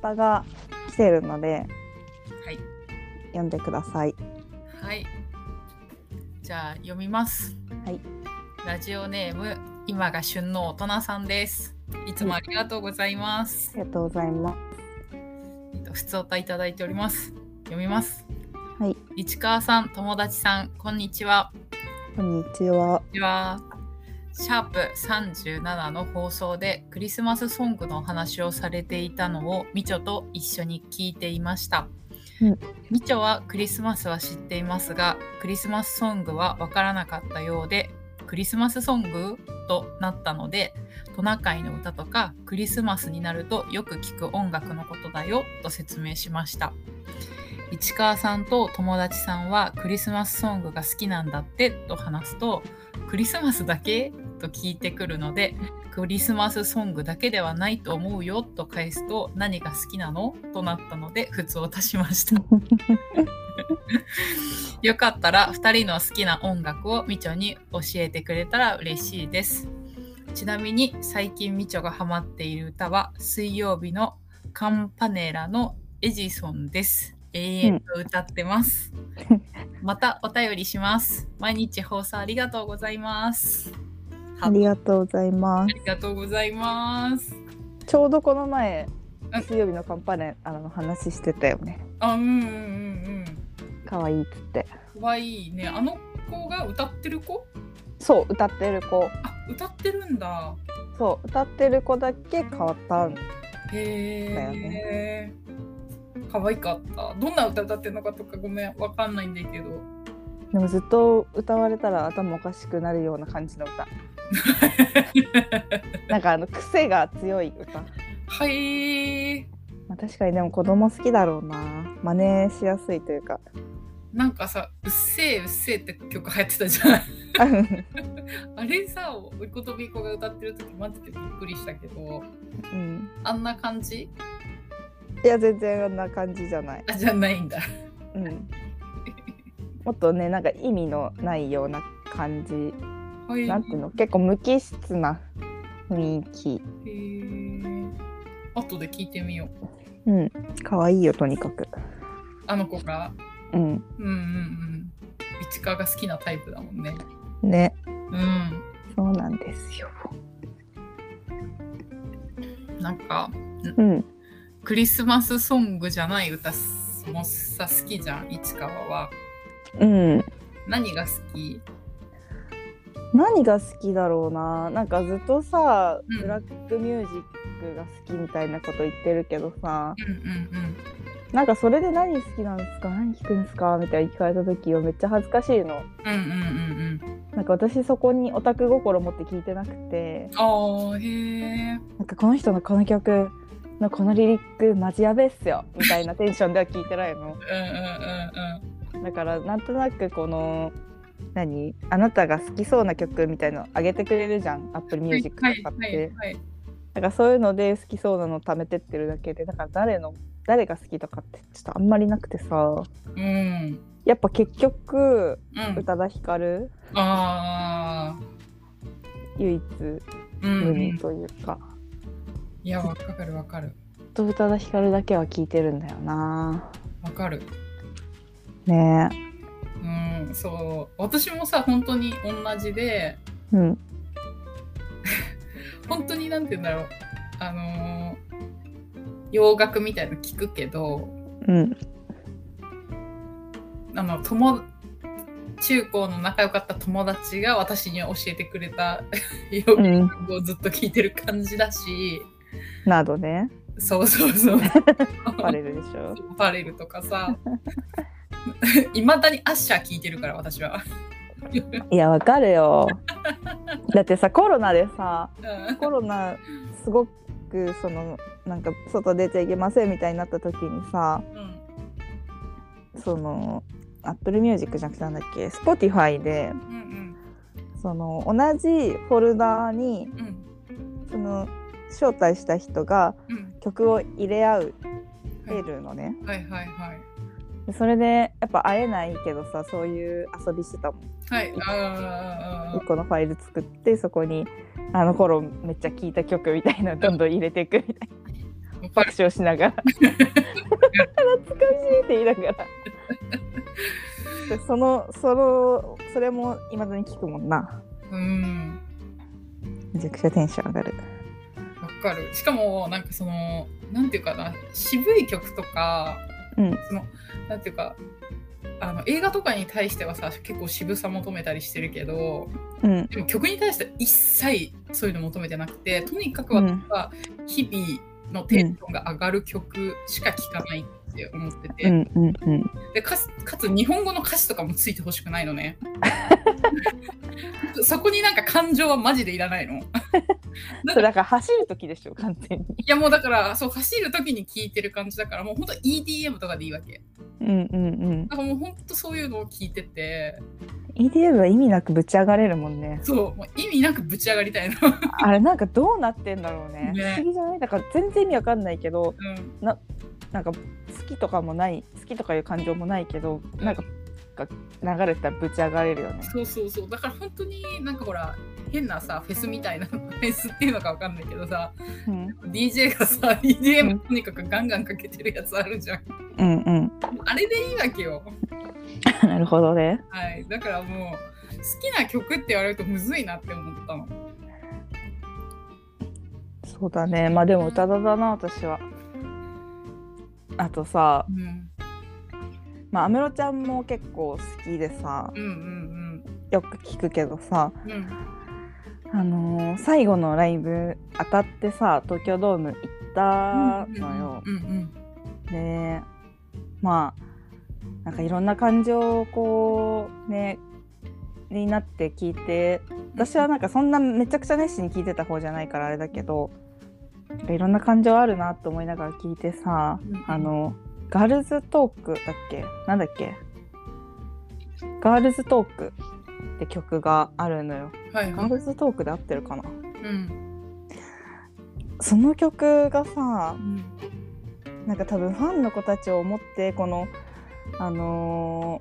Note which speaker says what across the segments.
Speaker 1: タが来てるので
Speaker 2: はい。
Speaker 1: 読んでください。
Speaker 2: はい。じゃあ読みます。
Speaker 1: はい。
Speaker 2: ラジオネーム今が旬の大人さんです。いつもありがとうございます。
Speaker 1: ありがとうございます。
Speaker 2: えっと、普通おたいただいております。読みます。
Speaker 1: はい。
Speaker 2: 市川さん、友達さん、こんにちは。こん
Speaker 1: こんにちは。
Speaker 2: にちは。シャープ37の放送でクリスマスソングのお話をされていたのをみちょと一緒に聞いていました、
Speaker 1: うん
Speaker 2: みちょはクリスマスは知っていますがクリスマスソングはわからなかったようでクリスマスソングとなったのでトナカイの歌とかクリスマスになるとよく聞く音楽のことだよと説明しました市川さんと友達さんはクリスマスソングが好きなんだってと話すとクリスマスだけと聞いてくるのでクリスマスソングだけではないと思うよと返すと何が好きなのとなったので普通を足しましたよかったら2人の好きな音楽をみちょに教えてくれたら嬉しいです。ちなみに最近みちょがハマっている歌は水曜日のカンパネラのエジソンです。永遠と歌ってます。またお便りします。毎日放送ありがとうございます。
Speaker 1: ありがとうございます。
Speaker 2: ありがとうございます。
Speaker 1: ちょうどこの前
Speaker 2: うん
Speaker 1: 水曜日のカンパネあの話してたよね。
Speaker 2: あ、うんうんうん
Speaker 1: 可愛いっつって。
Speaker 2: うん。可愛いね。あの子が歌ってる子？
Speaker 1: そう歌ってる子。
Speaker 2: あ、歌ってるんだ。
Speaker 1: そう歌ってる子だけ変わったんだよ
Speaker 2: へえ。可愛かった。どんな歌歌ってるのかとかごめんわかんないんだけど。
Speaker 1: でもずっと歌われたら頭おかしくなるような感じの 歌。なんかあの癖が強い歌。
Speaker 2: はい。
Speaker 1: まあ、確かにでも子供好きだろうな。真似しやすいというか。
Speaker 2: なんかさ、うっせえうっせえって曲流行ってたじゃない。 あれさ、おいことびこが歌ってる時マジでびっくりしたけど、
Speaker 1: うん。
Speaker 2: あんな感じ？
Speaker 1: いや全然あんな感じじゃない。
Speaker 2: あじゃないんだ。
Speaker 1: うん。もっとねなんか意味のないような感じ。
Speaker 2: はい。
Speaker 1: なんていうの結構無機質な雰囲気。
Speaker 2: へえ。後で聞いてみよう。
Speaker 1: うん。可愛いよとにかく。
Speaker 2: あの子が。
Speaker 1: うん。
Speaker 2: うんうんうん。市川が好きなタイプだもんね。
Speaker 1: ね。
Speaker 2: うん。
Speaker 1: そうなんですよ。
Speaker 2: なんか
Speaker 1: うん。
Speaker 2: クリスマスソングじゃない歌もさ好きじゃん市川は
Speaker 1: うん。
Speaker 2: 何が好き
Speaker 1: 何が好きだろうななんかずっとさ、
Speaker 2: うん
Speaker 1: ブラックミュージックが好きみたいなこと言ってるけどさ
Speaker 2: うんうん
Speaker 1: なんかそれで何好きなんですか何聞くんですかみたいに聞かれた時はめっちゃ恥ずかしいの
Speaker 2: うんうんうんうん
Speaker 1: なんか私そこにオタク心持って聞いてなくて
Speaker 2: あーへえ
Speaker 1: なんかこの人のこの曲のこのリリックマジやべえっすよみたいなテンションでは聞いてないの
Speaker 2: うんうん
Speaker 1: だからなんとなくこの何あなたが好きそうな曲みたいの上げてくれるじゃんアップルミ
Speaker 2: うんう
Speaker 1: ュ
Speaker 2: ん
Speaker 1: ージックとかって。
Speaker 2: はいはいはい
Speaker 1: なんかそういうので好きそうなのを貯めてってるだけでだから誰の誰が好きとかってちょっとあんまりなくてさ
Speaker 2: うん
Speaker 1: やっぱ結局
Speaker 2: うん
Speaker 1: 宇多田ヒカル
Speaker 2: あ
Speaker 1: 唯一
Speaker 2: ーうん
Speaker 1: 無
Speaker 2: うん
Speaker 1: 二というか、
Speaker 2: いやわかるわかる
Speaker 1: と宇多田ヒカルだけは聞いてるんだよな
Speaker 2: わかる
Speaker 1: ね
Speaker 2: うんそう私もさ本当に同じで
Speaker 1: えうん
Speaker 2: 本当になんて言うんだろうあのー洋楽みたいの聞くけど
Speaker 1: うん
Speaker 2: あの友中高の仲良かった友達が私に教えてくれた 洋
Speaker 1: うん
Speaker 2: 楽をずっと聴いてる感じだし、
Speaker 1: などね
Speaker 2: そうそうそう
Speaker 1: バレるでしょ
Speaker 2: パレルとかさいまだにアッシャー聴いてるから私は。
Speaker 1: いやわかるよだってさコロナでさ
Speaker 2: うん
Speaker 1: コロナすごくそのなんか外出ちゃいけませんみたいになった時にさ
Speaker 2: うん
Speaker 1: その Apple Music じゃなくてなんだっけ Spotify で
Speaker 2: うん
Speaker 1: その同じフォルダーに
Speaker 2: うんうん
Speaker 1: その招待した人が
Speaker 2: うん
Speaker 1: 曲を入れ合う入るのね、
Speaker 2: はいはいはい
Speaker 1: でそれでやっぱ会えないけどさそういう遊びしてたもん
Speaker 2: はいあ
Speaker 1: 1個のファイル作ってそこにあの頃めっちゃ聴いた曲みたいなのどんどん入れていくみたい
Speaker 2: ーわ
Speaker 1: 爆笑しながら懐かしいって言いながらでそのそのそれもいまだに聞くもんな
Speaker 2: うん
Speaker 1: めちゃくちゃテンション上がる
Speaker 2: わかるしかもなんかそのなんていうかな渋い曲とか
Speaker 1: うん
Speaker 2: そのなんていうかあの映画とかに対してはさ結構渋さ求めたりしてるけど
Speaker 1: うん
Speaker 2: でも曲に対しては一切そういうの求めてなくてとにかく
Speaker 1: うん
Speaker 2: 私は日々のテンションが上がる曲しか聴かないって思ってて、
Speaker 1: うんうんうん
Speaker 2: でかつかつ日本語の歌詞とかもついてほしくない のねそこになんか感情はマジでいらないのなん
Speaker 1: そ
Speaker 2: か
Speaker 1: うだから走る時でしょ完全に
Speaker 2: いやもうだからそう走る時に聴いてる感じだからもうほんと EDM とかでいいわけ
Speaker 1: うんうん
Speaker 2: だからもうほんとそういうのを聴いてて
Speaker 1: うん EDM は意味なくぶち上がれるもんね
Speaker 2: そうもう意味なくぶち上がりたいの、う
Speaker 1: あれなんかどうなってんだろうね
Speaker 2: ね
Speaker 1: 不思議じゃないだから全然意味わかんないけど
Speaker 2: ん、
Speaker 1: なんか好きとかもない好きとかいう感情もないけどなんかが流れてたらぶち上がれるよね
Speaker 2: そうそうそうだから本当になんかほら変なさフェスみたいな フェスっていうのかわかんないけどさ
Speaker 1: うん
Speaker 2: DJ がさ
Speaker 1: う
Speaker 2: EDM
Speaker 1: ん
Speaker 2: とにかくガンガンかけてるやつあるじゃん
Speaker 1: うんうん
Speaker 2: あれでいいわけよ
Speaker 1: なるほどね
Speaker 2: はいだからもう好きな曲って言われるとむずいなって思ったの
Speaker 1: そうだねまあでも歌だだな私はあとさ
Speaker 2: うん
Speaker 1: まあ安室ちゃんも結構好きでさ
Speaker 2: うんうん
Speaker 1: よく聞くけどさ
Speaker 2: うんうん
Speaker 1: あのー最後のライブ当たってさ東京ドーム行ったのよ、
Speaker 2: うんうん
Speaker 1: でまあなんかいろんな感情をこうねになって聞いて私はなんかそんなめちゃくちゃ熱心に聞いてた方じゃないからあれだけどなんかいろんな感情あるなと思いながら聞いてさ
Speaker 2: うん
Speaker 1: あのガールズトークだっけなんだっけガールズトークって曲があるのよ
Speaker 2: はい
Speaker 1: ガ
Speaker 2: は
Speaker 1: ー
Speaker 2: い
Speaker 1: ルズトークで合ってるかな
Speaker 2: うん
Speaker 1: その曲がさ
Speaker 2: うん
Speaker 1: なんか多分ファンの子たちを思ってこのあの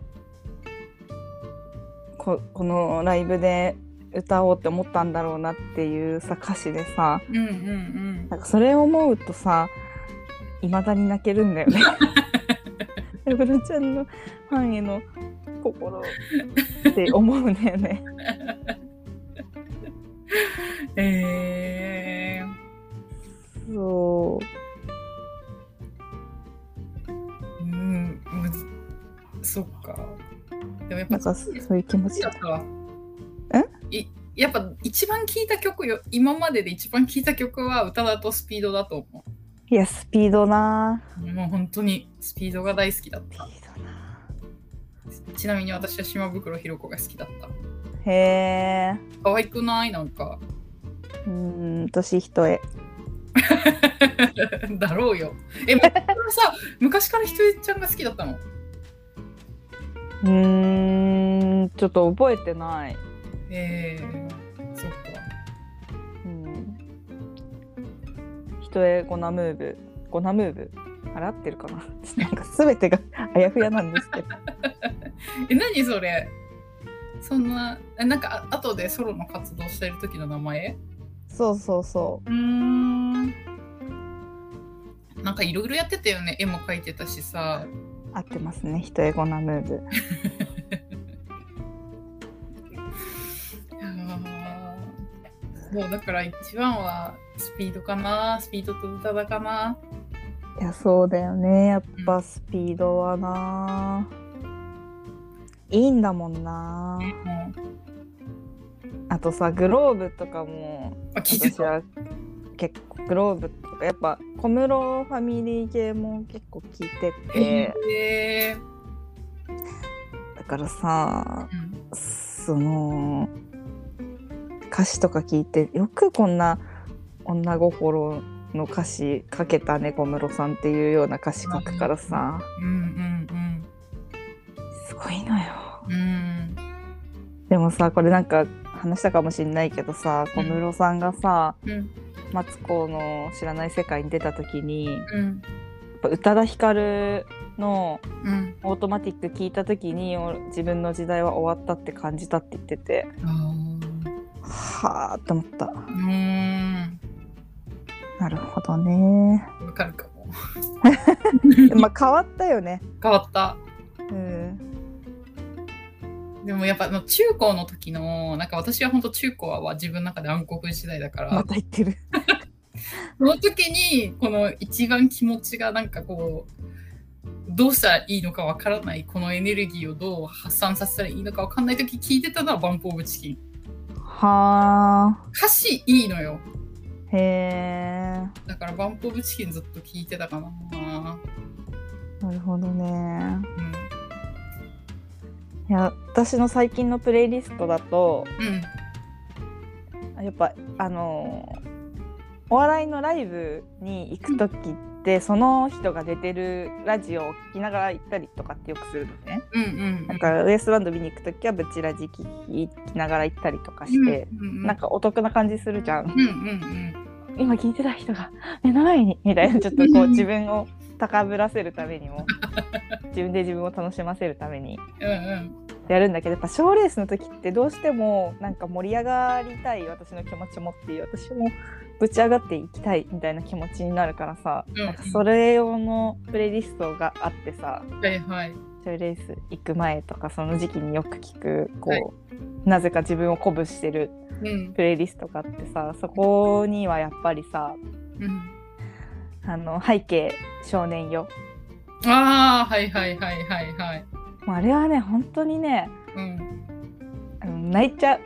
Speaker 1: ーここのライブで歌おうって思ったんだろうなっていうさ歌詞でさ
Speaker 2: うんうんうん
Speaker 1: なんかそれを思うとさいまだに泣けるんだよね。ラブロちゃんのファンへの心って思うんだよね。
Speaker 2: えー
Speaker 1: そう
Speaker 2: うん、むずそっか。でもやっ
Speaker 1: なん
Speaker 2: ぱ
Speaker 1: か
Speaker 2: 好
Speaker 1: そういう気持
Speaker 2: き
Speaker 1: ち
Speaker 2: だったわ。いやっぱ一番聞いた曲よ、今までで一番聞いた曲は歌だとスピードだと思
Speaker 1: いやスピードな
Speaker 2: う。もう本当にスピードが大好きだっ
Speaker 1: スピ
Speaker 2: た。
Speaker 1: ードな
Speaker 2: ちなみに私は島袋ひろ子が好きだった。
Speaker 1: へえ
Speaker 2: 可愛くないなんか。
Speaker 1: うん年一重
Speaker 2: だろうよ。え、昔からさ、昔からひとえちゃんが好きだったの。
Speaker 1: うーんちょっと覚えてない。
Speaker 2: えー、そっか。
Speaker 1: うん。人へゴナムーブ、ゴナムーブ、払ってるかな。 なんかすべてが あやふやなんですけど。
Speaker 2: え何それそんなえなんかあ後でソロの活動してる時の名前
Speaker 1: そうそうそう
Speaker 2: ーんなんかいろいろやってたよね絵も描いてたしさ
Speaker 1: う、合ってますね。人へゴナムーブ。
Speaker 2: あーそうだから一番はスピードかなスピードと歌だかない
Speaker 1: や、そうだよね。やっぱスピードはな。いいんだもんな。
Speaker 2: もう
Speaker 1: あとさ、グローブとかも。
Speaker 2: あ聞いて
Speaker 1: 私
Speaker 2: た
Speaker 1: は結構グローブとかやっぱ小室ファミリー系も結構聞いてて
Speaker 2: え
Speaker 1: だからさ
Speaker 2: ーうん
Speaker 1: その歌詞とか聞いてよくこんな女心の歌詞書けたね小室さんっていうような歌詞書くからさ
Speaker 2: うんうん
Speaker 1: すごいのよ。
Speaker 2: うんうん
Speaker 1: でもさこれなんか話したかもしんないけどさ小室さんがさ
Speaker 2: うん
Speaker 1: マツコの「知らない世界」に出た時にや
Speaker 2: うん
Speaker 1: っぱ宇多田ヒカルの
Speaker 2: うん
Speaker 1: オートマティック聞いた時にお自分の時代は終わったって感じたって言ってて
Speaker 2: あー
Speaker 1: はあって思った
Speaker 2: うーん
Speaker 1: なるほど ね。
Speaker 2: わかるかも
Speaker 1: まあ変わったよね。
Speaker 2: 変わった
Speaker 1: うん。
Speaker 2: でもやっぱあの中高の時のなんか私は本当中高は自分の中で暗黒時代だから、
Speaker 1: また言ってる。
Speaker 2: その時にこの一番気持ちがなんかこうどうしたらいいのかわからないこのエネルギーをどう発散させたらいいのかわかんない時聞いてたのは「バンプ・オブ・チキン
Speaker 1: は」
Speaker 2: 歌詞いいのよ
Speaker 1: あ。へえ。
Speaker 2: だから「バンプ・オブ・チキン」ずっと聞いてたかな
Speaker 1: なるほどね。
Speaker 2: うん
Speaker 1: いや私の最近のプレイリストだと
Speaker 2: うん
Speaker 1: やっぱあのお笑いのライブに行く時って、その人が出てるラジオを聞きながら行ったりとかってよくするのね。
Speaker 2: うんうん
Speaker 1: なんかウエストランド見に行く時はブチラジ聞きながら行ったりとかして、
Speaker 2: うんうん
Speaker 1: なんかお得な感じするじゃん。
Speaker 2: うんうんうん
Speaker 1: 今聞いてた人が目の前にみたい なちょっとこう自分を高ぶらせるためにも自分で自分を楽しませるために
Speaker 2: うんうん
Speaker 1: やるんだけどやっぱ賞ーレースの時ってどうしてもなんか盛り上がりたい私の気持ちもっていう私もぶち上がっていきたいみたいな気持ちになるからさ、
Speaker 2: うん
Speaker 1: なんかそれ用のプレイリストがあってさ
Speaker 2: はいはい
Speaker 1: 賞ーレース行く前とかその時期によく聞くこう、
Speaker 2: はい
Speaker 1: なぜか自分を鼓舞してる
Speaker 2: うん
Speaker 1: プレイリストがあってさそこにはやっぱりさ
Speaker 2: うん
Speaker 1: あの背景少年よ
Speaker 2: ああはいはいはいはいはい
Speaker 1: もうあれはね本当にね
Speaker 2: うん
Speaker 1: あの泣いちゃう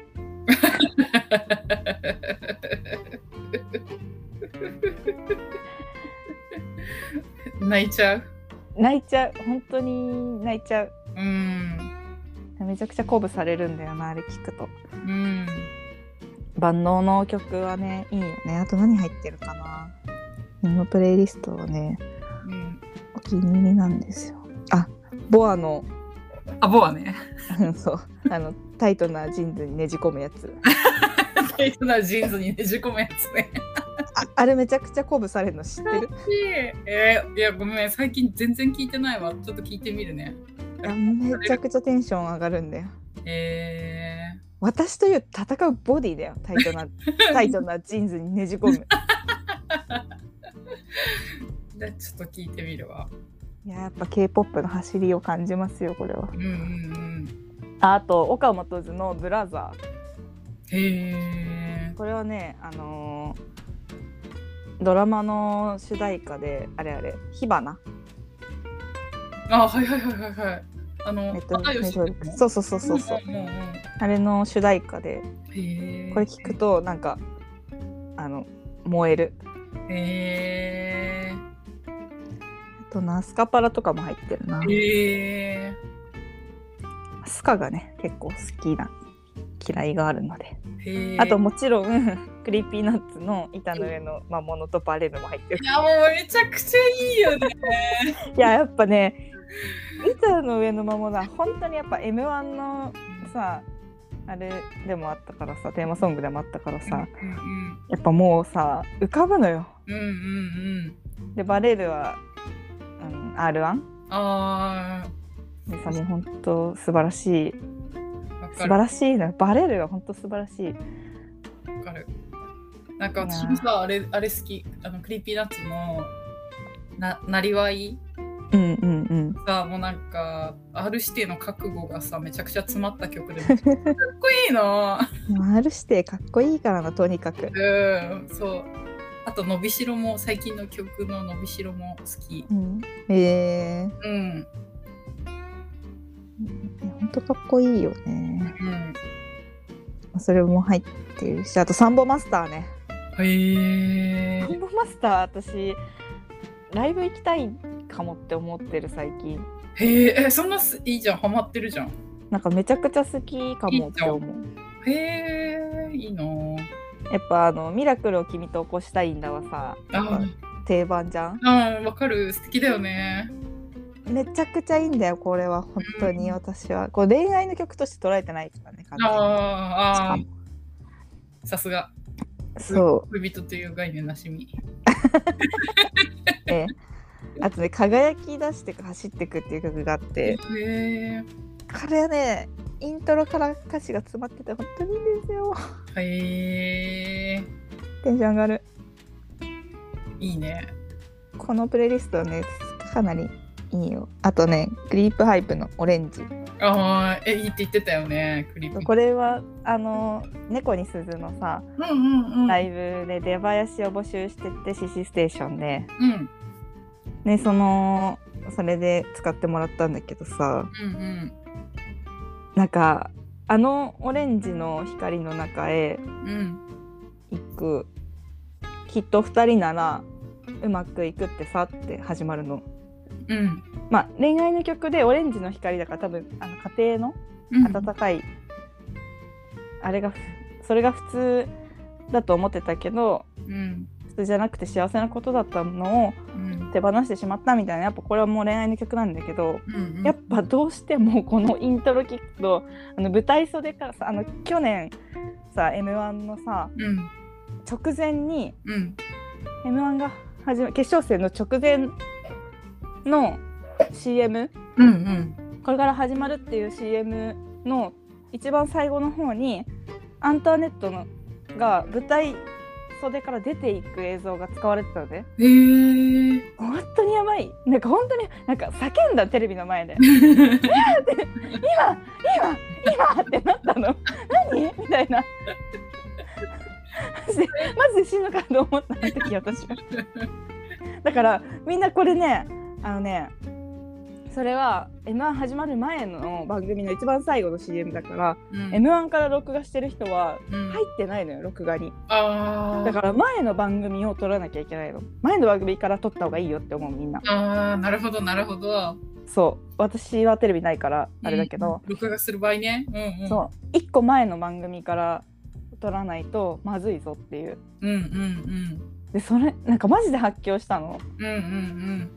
Speaker 2: 泣いちゃう
Speaker 1: 泣いちゃう本当に泣いちゃう
Speaker 2: うん
Speaker 1: めちゃくちゃ鼓舞されるんだよなあれ聞くと
Speaker 2: うん
Speaker 1: 万能の曲はねいいよねあと何入ってるかなこのプレイリストはね
Speaker 2: うん
Speaker 1: お気に入りなんですよあボアの
Speaker 2: あボアね
Speaker 1: うんそうあのタイトなジーンズにねじ込むやつ
Speaker 2: タイトなジーンズにねじ込むやつ ね
Speaker 1: ああれめちゃくちゃ鼓舞されるの知って る
Speaker 2: えーいやごめん最近全然聞いてないわちょっと聞いてみるね
Speaker 1: いやめちゃくちゃテンション上がるんだよ
Speaker 2: え
Speaker 1: 私という戦うボディだよタイ トなタイトなジーンズにねじ込む
Speaker 2: ー、じゃあちょっと聞いてみるわ
Speaker 1: いややっぱ k p o p の走りを感じますよこれは
Speaker 2: うんうんうん
Speaker 1: ああと岡本図の「ブラザー
Speaker 2: へ」
Speaker 1: これはねあのードラマの主題歌であれあれ「火花
Speaker 2: ー、あはいはいはいはいはいあの、」
Speaker 1: えっと
Speaker 2: 仲良し
Speaker 1: メドレーそうそうそうそうそう
Speaker 2: うんうんうん
Speaker 1: あれの主題歌で
Speaker 2: へー
Speaker 1: これ聞くとなんかあの燃える
Speaker 2: へ
Speaker 1: あとなスカパラとかも入ってるな
Speaker 2: ーへ
Speaker 1: スカがね結構好きな嫌いがあるので
Speaker 2: ーへー
Speaker 1: あともちろん クリーピーナッツの板の上の魔物とバレルも入ってる
Speaker 2: いやもうめちゃくちゃいいよね
Speaker 1: いややっぱね板の上の魔物は本当にやっぱ m 1のさあれでもあったからさテーマソングでもあったからさ
Speaker 2: うん
Speaker 1: やっぱもうさ浮かぶのよ
Speaker 2: うんうんうん
Speaker 1: でバレルは、うん、r 1
Speaker 2: うんあ
Speaker 1: でさもう本当素晴らしい
Speaker 2: ーわ
Speaker 1: 素
Speaker 2: か
Speaker 1: 晴
Speaker 2: る
Speaker 1: らしいのよバレルは本当素晴らしい
Speaker 2: わかる。なんか私もさ、あれ、あれ好き。あの、クリーピーナッツの、な、なりわい
Speaker 1: うんうんうん
Speaker 2: さ、もうなんか、R 指定の覚悟がさ、めちゃくちゃ詰まった曲 で、めちゃくちゃかっこいいな
Speaker 1: R 指定かっこいいからなとにかく
Speaker 2: うん、そう。あと、伸びしろも、最近の曲の伸びしろも好き。
Speaker 1: うんえー、
Speaker 2: うん、
Speaker 1: 本当かっこいいよね
Speaker 2: うん。
Speaker 1: それも入ってるしあとサンボマスターね
Speaker 2: へえ
Speaker 1: サンボマスター私ライブ行きたいかもって思ってる最近
Speaker 2: へええ、そんなすいいじゃん、ハマってるじゃん。
Speaker 1: なんかめちゃくちゃ好きかもって思う
Speaker 2: へえ、いいな
Speaker 1: やっぱあの「ミラクルを君と起こしたいんだ」はさやっぱ
Speaker 2: あ
Speaker 1: 定番じゃん
Speaker 2: あ、うん、わかる、素敵だよね。
Speaker 1: めちゃくちゃいいんだよこれは本当に
Speaker 2: うん
Speaker 1: 私はこう恋愛の曲として捉えてないからね完
Speaker 2: あ
Speaker 1: 全に
Speaker 2: あ、ああ、さすが。
Speaker 1: そう
Speaker 2: 恋人という概念なしみ。
Speaker 1: ええあとね「輝き出してく走ってく」っていう曲があって
Speaker 2: へ
Speaker 1: これはねイントロから歌詞が詰まってて本当にいいんですよ
Speaker 2: え。へえ。
Speaker 1: テンション上がる
Speaker 2: いいね。
Speaker 1: このプレイリストはねかなりいいよあとねグリープハイプの「オレンジ
Speaker 2: ああ、え、いいって言ってたよね、クリ」
Speaker 1: これはあの「猫に鈴」のさ
Speaker 2: うんうんうん。
Speaker 1: ライブで出囃子を募集してて「シシステーションで」
Speaker 2: うん
Speaker 1: ねそのそれで使ってもらったんだけどさ
Speaker 2: うんうん。
Speaker 1: なんかあのオレンジの光の中へ
Speaker 2: うん、
Speaker 1: 行くきっと2人ならうまくいくってさって始まるの。
Speaker 2: うん、
Speaker 1: まあ、恋愛の曲で「オレンジの光」だから多分あの家庭の
Speaker 2: うん、
Speaker 1: 温かい、あれがふそれが普通だと思ってたけど
Speaker 2: うん、
Speaker 1: 普通じゃなくて幸せなことだったのを
Speaker 2: うん、
Speaker 1: 手放してしまったみたいなやっぱこれはもう恋愛の曲なんだけど
Speaker 2: うん、
Speaker 1: やっぱどうしてもこのイントロ聞くとあの舞台袖からさあの去年さ m 1のさ
Speaker 2: うん、
Speaker 1: 直前に
Speaker 2: うん、
Speaker 1: m 1が始ま決勝戦の直前の CM
Speaker 2: うん、うん、
Speaker 1: これから始まるっていう CM の一番最後の方にアントワネットのが舞台袖から出ていく映像が使われてたので、ね、
Speaker 2: へえ。
Speaker 1: 本当にやばいなんか本当になんか叫んだテレビの前で今今今ってなったの何みたいなマジでマジで死ぬかと思ったあの時私はだからみんなこれねあのねそれは m 1始まる前の番組の一番最後の CM だから、
Speaker 2: うん、
Speaker 1: m 1から録画してる人は
Speaker 2: うん、
Speaker 1: 入ってないのよ録画に
Speaker 2: ああ、
Speaker 1: だから前の番組を撮らなきゃいけないの前の番組から撮った方がいいよって思うみんな
Speaker 2: ああ、なるほど、なるほど。
Speaker 1: そう私はテレビないからあれだけど、
Speaker 2: うん、録画する場合ね。うん、うん、
Speaker 1: そう1個前の番組から撮らないとまずいぞっていう
Speaker 2: う、うん、うん、
Speaker 1: でそれなんかマジで発狂したの
Speaker 2: うん、うん、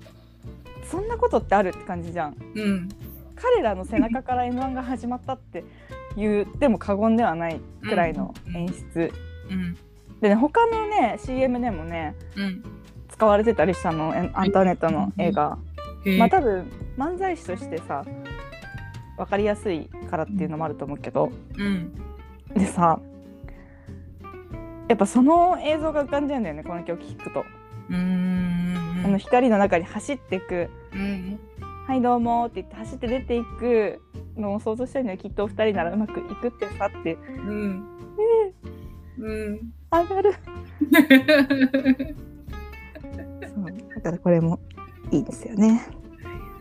Speaker 1: そんなことってあるって感じじゃん
Speaker 2: うん、うん、
Speaker 1: 彼らの背中 から m 1が始まったって言っても過言ではないくらいの演出、
Speaker 2: うん、
Speaker 1: でね他のね CM でもね
Speaker 2: うん、
Speaker 1: 使われてたりしたのえアンターネットの映画、
Speaker 2: へえ。
Speaker 1: まあ多分漫才師としてさ分かりやすいからっていうのもあると思うけど
Speaker 2: うん、
Speaker 1: でさやっぱその映像が浮かんじゃうんだよねこの曲聴くと、
Speaker 2: うん、う
Speaker 1: あの
Speaker 2: ん、
Speaker 1: 光の中に走っていく
Speaker 2: うん、
Speaker 1: 「はいどうも」って言って走って出ていくのを想像してるのよきっとお二人ならうまくいくってさって
Speaker 2: うん、うん。
Speaker 1: 上がるだからこれもいいですよね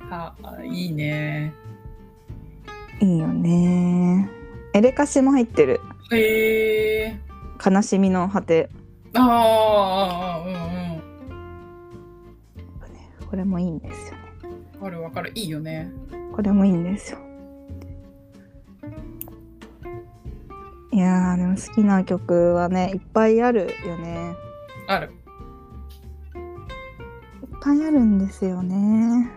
Speaker 2: あ、あいいね。
Speaker 1: いいよねエレカシも入ってる
Speaker 2: へえ。
Speaker 1: 「悲しみの果て
Speaker 2: あーあー、うん」
Speaker 1: これもいいんですよね
Speaker 2: うん。わかるわかる。いいよね。
Speaker 1: これもいいんですよ。いやーでも好きな曲はねいっぱいあるよね
Speaker 2: ある。
Speaker 1: いっぱいあるんですよね